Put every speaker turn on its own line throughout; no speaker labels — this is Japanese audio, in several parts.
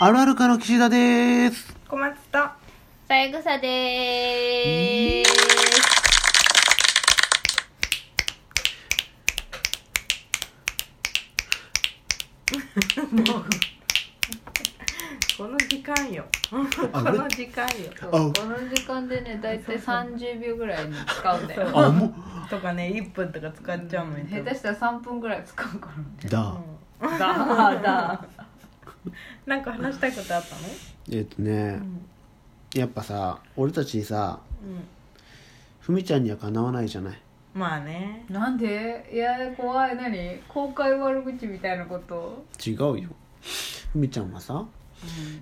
あるあるかの岸田です。
小松と
三枝でーす。
この時間よこ
あ
の時間よ
あ、
この時間でね、だいたい三十秒ぐらいに使うんだよ。
あ、も
とかね1分とか使っちゃうもん
下手したら三分ぐらい使うか
うだ。
ら。だだ。
なんか話したいことあったの
えっとね、やっぱさ、俺たちさ、
うん
ふみちゃんにはかなわないじゃない。
まあね
なんで？いや怖い。何？公開悪口みたいなこと？
違うよ。ふみちゃんはさ、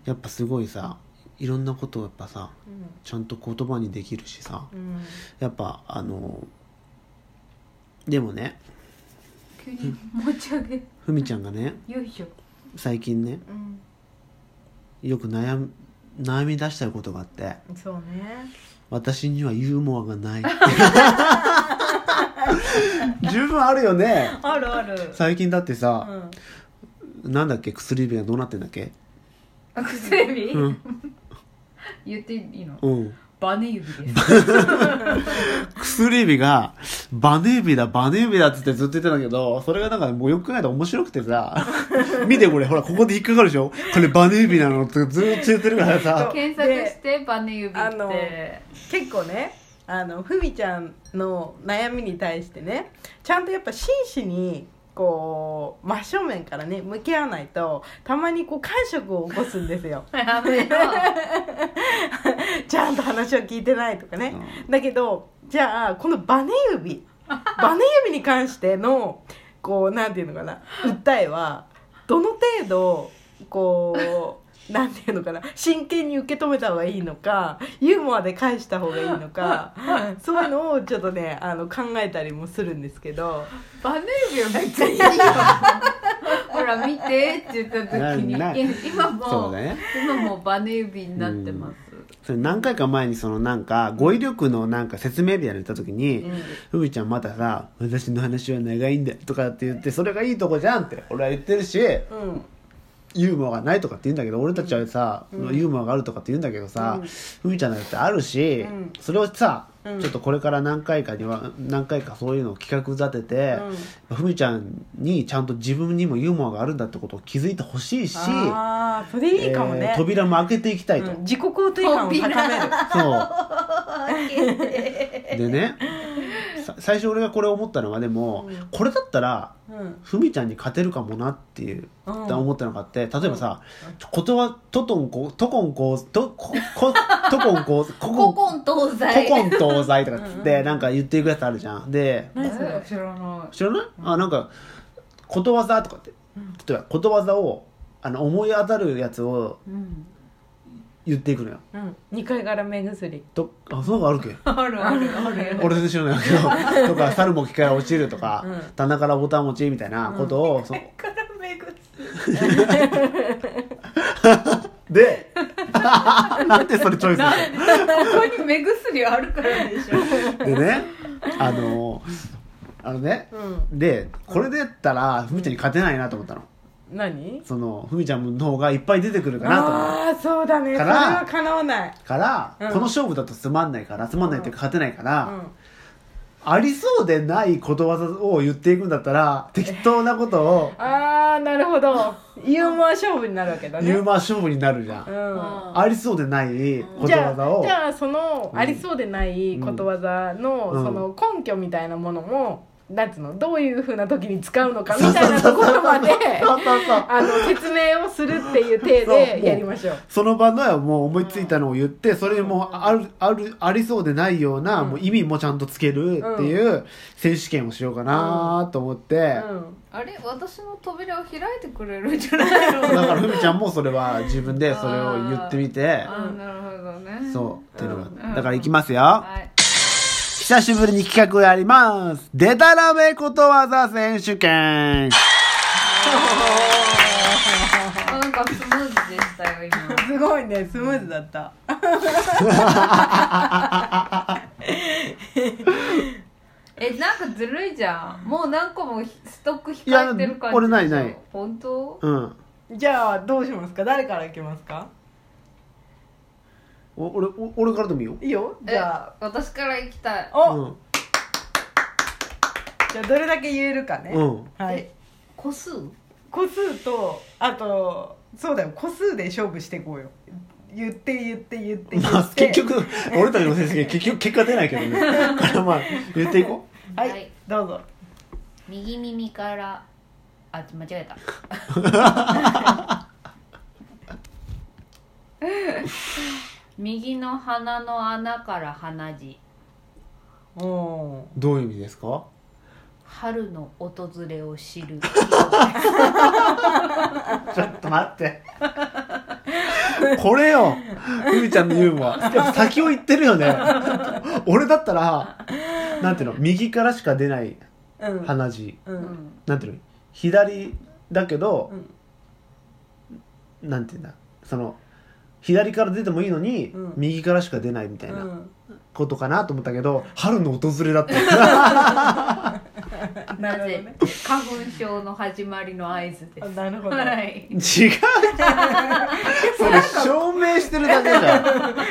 やっぱすごいさ、いろんなことをやっぱさ、
う
ちゃんと言葉にできるしさ、
んうん
やっぱあの、でもね、
急に持ち上げ。
ふみちゃんがね、
よいしょ。
最近ね、
うん、
よく悩み、悩み出したことがあって、
そうね
私にはユーモアがない 十分あるよね
あるある
最近だって
う
さ、
ん
なんだっけ薬指がどうなってんだっけ
あ、薬指？
うん、
言っていいの？
うん、
バネ指です。
薬指がバネ指だバネ指だっつってずっと言ってたんだけどそれがなんかもうよく考えたら面白くて さ見てこれほらここで引っかかるでしょこれバネ指なのってずっと言ってるからさ
検索してバネ指
あ
っ
の
て。
結構ねあのふみちゃんの悩みに対してねちゃんとやっぱ真摯にこう真正面からね向き合わないとたまにこう感触を起こすんですよ
やめろ。
ちゃんと話を聞いてないとかね、だけどじゃあこのバネ指 バネ指に関してのこうなんていうのかな訴えはどの程度こうなんていうのかな真剣に受け止めた方がいいのかユーモアで返した方がいいの かそういうのをちょっとねあの考えたりもするんですけど
バネ指は別にいいよほら見てって言った時に
ないない
今も、
そううだね
今もうバネ指になってます、
それ何回か前にそのなんか語彙力のなんか説明日やれた時に、ふみちゃんまたさ「私の話は長いんだ」とかって言ってそれがいいとこじゃんって俺は言ってるし
うん
ユーモアがないとかって言うんだけど俺たちはさ、ユーモアがあるとかって言うんだけどさ、ふみちゃんだってあるし、
ん
それをさ、
うん
ちょっとこれから何回かには何回かそういうのを企画立てて、ふみちゃんにちゃんと自分にもユーモアがあるんだってことを気づいてほしいし
ああそれいいかも
え
ね
ー、扉も開けていきたいと。
うん自己肯定感を高める
そう。でね、さ最初俺がこれ思ったのはでも、これだったら、
うん
ふみちゃんに勝てるかもなっていう、
うん
思ったのがあって、例えばさ、ことは、ととんこ、とこんこ、と、こ、こ、とこんこ、こ
古
こ、
今東
こ
西
こん東西とかっつって、なんか言っていくやつあるじゃん。で、
何それ
知らな
知らないあ、なんか、ことわざとかって、例えばことわざを、あの、思い当たるやつを
い、うん、
言っていくのよ。
うん二階から目薬
と、あ、そんなのあるけ
あるあるある
俺の知らないけどとか猿も木から落ちるとか、
うん
棚からボタン持ちみたいなことを、そ
から目薬
でなんでそれチョイスし
ここに目薬あるからでしょ
たのでねあのあのね
うん
でこれでやったらふみちゃんに勝てないなと思ったの
何
そのふみちゃんの方がいっぱい出てくるかなと思っ
ああーそうだねそ
か
れ
ら
はかなわない
たから、
うん
この勝負だとつまんないからつまんないっていうか勝てないから、
うん
ありそうでないことわざを言っていくんだったら適当なことを
ああなるほどユーモア勝負になるわけだね
言うま勝負になるじゃん、
うん
ありそうでないこ
じ
とわ
ゃ
ざを
あじゃあそのありそうでないことわざの
うん
その根拠みたいなものもなんつうのどういうふうな時に使うのかみたいなところまで
そうそうそう
あの説明をするっていう体
そうも
で
う
やりましょう
その場のはもう思いついたのを言って、それもある、ある、ありそうでないような、もう意味もちゃんとつけるっていう選手権をしようかなと思って、
うん
あれ私の扉を開いてくれるんじゃないの
だ からふみちゃんもそれは自分でそれを言ってみて、
あなるほどね
そう、っていうのが、
うん
だから行きますよ。
はい
久しぶりに企画をやります。でたらめことわざ選手権。
あなんかスムーズでしたよ今
すごいねスムーズだった
えなんかずるいじゃんもう何個もストック控えてる感じでしょ
いや俺ないない
本当
うん。
じゃあどうしますか誰からいきますか
お俺お俺からでもいいよ
いいよじゃあ
え私から行きたい
お、
うん
じゃあどれだけ言えるかね、
うん
はい
個数
個数とあとそうだよ個数で勝負していこうよ言って言って言って言って、
まあ結局俺たちの成績結局結果出ないけどねだからまあ言っていこ
はい、
はい
どうぞ
右耳からあ間違え た右の鼻の穴から鼻血
お
うどういう意味ですか
春の訪れを知 る
ちょっと待ってこれよふみちゃんのユーモアでも先を言ってるよね俺だったらなんていうの右からしか出ない
うん
鼻血
う
うんん
なんていうの左だけど
う、ん
なんていうんだその左から出てもいいのに、
うん
右からしか出ないみた
う
いなんことかなと思ったけど、春の訪れだった
な
な
るほど
ぜ
ね
花粉症の始まりの合図で
あ
す
なるほど、
はい
違うじゃんそれ証明してるだけじゃん
弟とは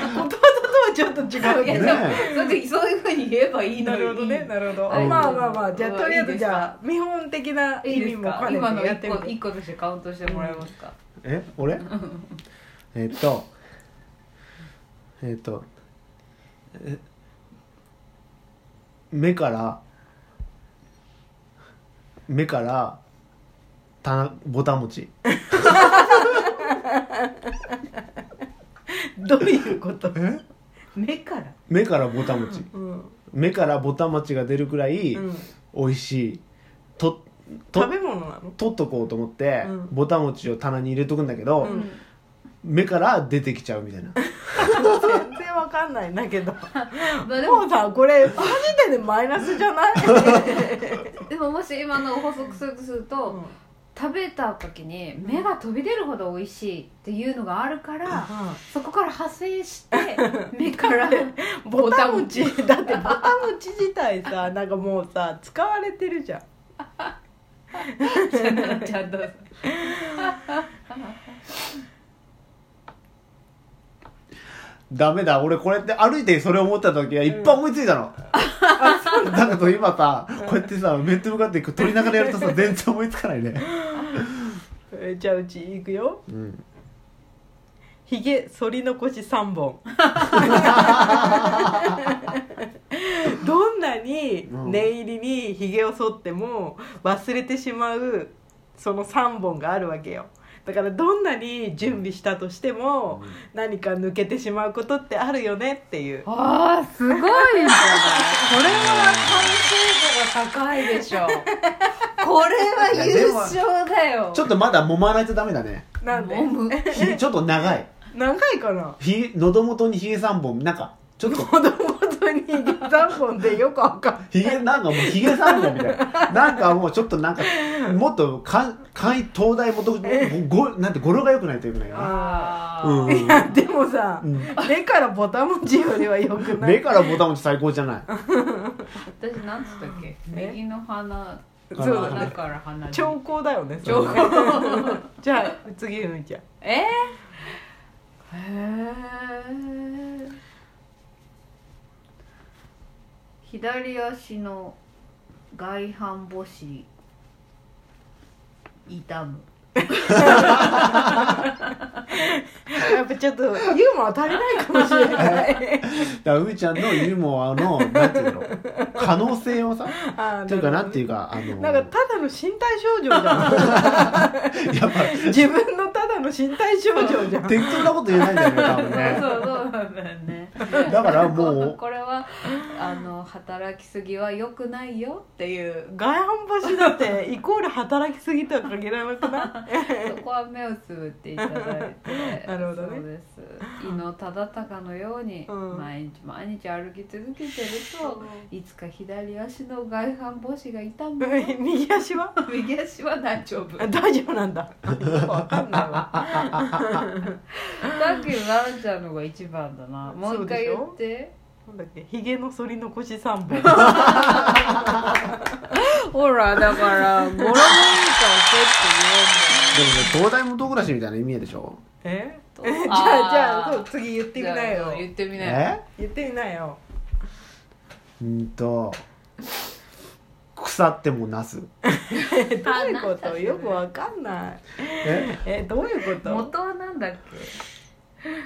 ちょっと違う
いや
け
で
ど
ね
もその時そういうふうに言えばいい
な
の
るほど
に
ねなるほど、
はい
まあまあまあじゃあ
うん
とりあえ
いい
ず
ですか
じゃあ見本的ない
い
意
で
味
す
も
か
兼ね
今の
てやっ
一
てみ
個
て
一個としてカウントしてもらえますか
え 俺えっとえっとえ目から目からたボタン持ち
どういうこと
え
目から
目からボタン持ち
うん、
目からボタン持ちが出るくらい
うん、
美味しいとと
食べ物なの
取っとこうと思って、
うん
ボタン持ちを棚に入れとくんだけど、
うん
目から出てきちゃうみたいな
全然わかんないんだけど
まあでも
もうさこれその時点でマイナスじゃない、
でももし今のを補足するとすると、
うん
食べた時に目が飛び出るほど美味しいっていうのがあるから、そこから派生して目から
ボタン持ちだってボタン持ち自体さなんかもうさ使われてるじゃん
ちゃんとちゃんと
ダメだ俺これって歩いてそれ思った時はいっぱい思いついたの、なんかと今さこうやってさ面と向かってこう撮りながらやると さ全然思いつかないね、
えーじゃあうち行くよ
うん、
ひげ剃り残し3本 どんなに念入りにひげを剃っても忘れてしまうその3本があるわけよだからどんなに準備したとしても何か抜けてしまうことってあるよねっていう
ああすごいんじゃないこれは完成度が高いでしょこれは優勝だよ
ちょっとまだ揉まないとダメだね
なんで
揉む
ひちょっと長い
長いかな
ひ喉元にひげ3本なんかちょっと
子供とに3本でよくわかんない
ひげなんかもうひげ3本みたいななんかもうちょっとなんかもっとかん簡易東大元ごなんて語呂が良くないといけないよね
あー
うん
いやでもさ、
うん
目からボタン持ちよりはよくな
目
い
からボタン持ち最高じゃない
私なんつったっけ
え
右の鼻
そうだ
鼻
ね
から鼻血
兆候だよねそれ
超
じゃあ次ふみちゃん
えー、へえ左足の外反母趾痛む
やっぱちょっとユーモア足りないかもしれな
だ
い
から海ちゃんのユーモアのなんていうの可能性をさ
あー
というか
な
な
るほどね
んていうかあの
なんかただの身体症状じゃ
やっぱ
ん自分のただの身体症状じゃん
適当なこと言えないんだよね多分ね
そうそうなんだよね
だからもう
これはあの働きすぎは良くないよっていう
外反母趾だってイコール働きすぎとは限らなくない
そこは目をつぶっていただいて
なるほどね
そうです井の忠敬のように
うん
毎日毎日歩き続けてると、いつか左足の外反母趾が痛むよ
右足は
右足は大丈夫
あ
さっ
大丈夫なんだよくわかんないわ
きの奈々ちゃんのが一番だなもう一回言って
なんだっけひげの剃り残し3本
ほらだから語呂もいいからせって言うんだよ
でもね東大元暮らしみたいな意味でしょ
え
と
じゃあじゃあそう次言ってみな
じゃ
よ
あ言ってみなよ
え
言ってみなよ
うんと腐ってもなす
えどういうこ
あなん
と
だ
よくわかんない
え
えどういうこと
元はなんだっ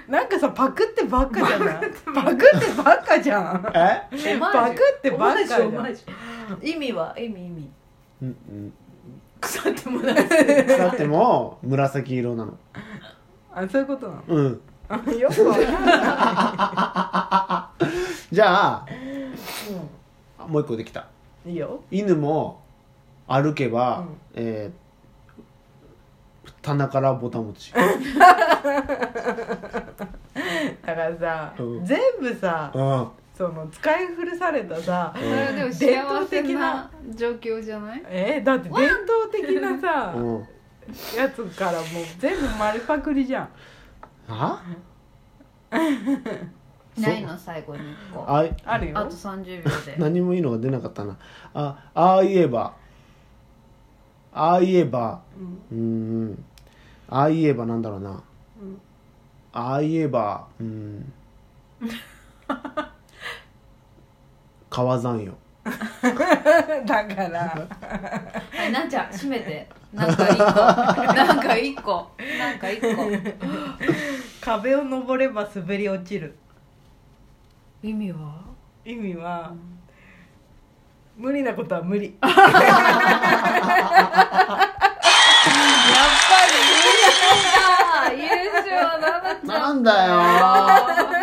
なんかさパクってばっかじゃないパクってばっかじゃん
え
け
バクってバカじゃん
オマージュオマージュ意味は意味意味
うんうん
腐ってもない
腐っても紫色なの
あそういうことなの
うん
あよくわ かんない
じゃあもう一個できた
いいよ
犬も歩けば、
うん
えー棚からぼたもち
だからさ、
うん
全部さ、
うん
その使い古されたさ
それはでも
伝統
幸せ
的な
な状況じゃない
えだって伝統的なさ
うん
やつからもう全部丸パクリじゃん
あそう
ないの最後に1個あ
あい
あるよ
と30秒 で
何もいいのが出なかったなあああ言えばああ言えば
う
うー
ん
んああ言えばなんだろうな、
うん
ああ言えばうーん川山よ
だから
はいなんちゃん閉め てなんか1個なんか1個なんか1個
壁を登れば滑り落ちる
意味は
意味は、無理なことは無理
やっぱり優勝だ優勝だな
なんだよ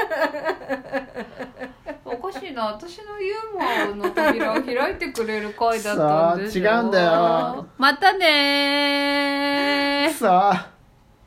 おかしいな私のユーモアの扉を開いてくれる回だったんです
さあ違うんだよ
またねー
ーくそー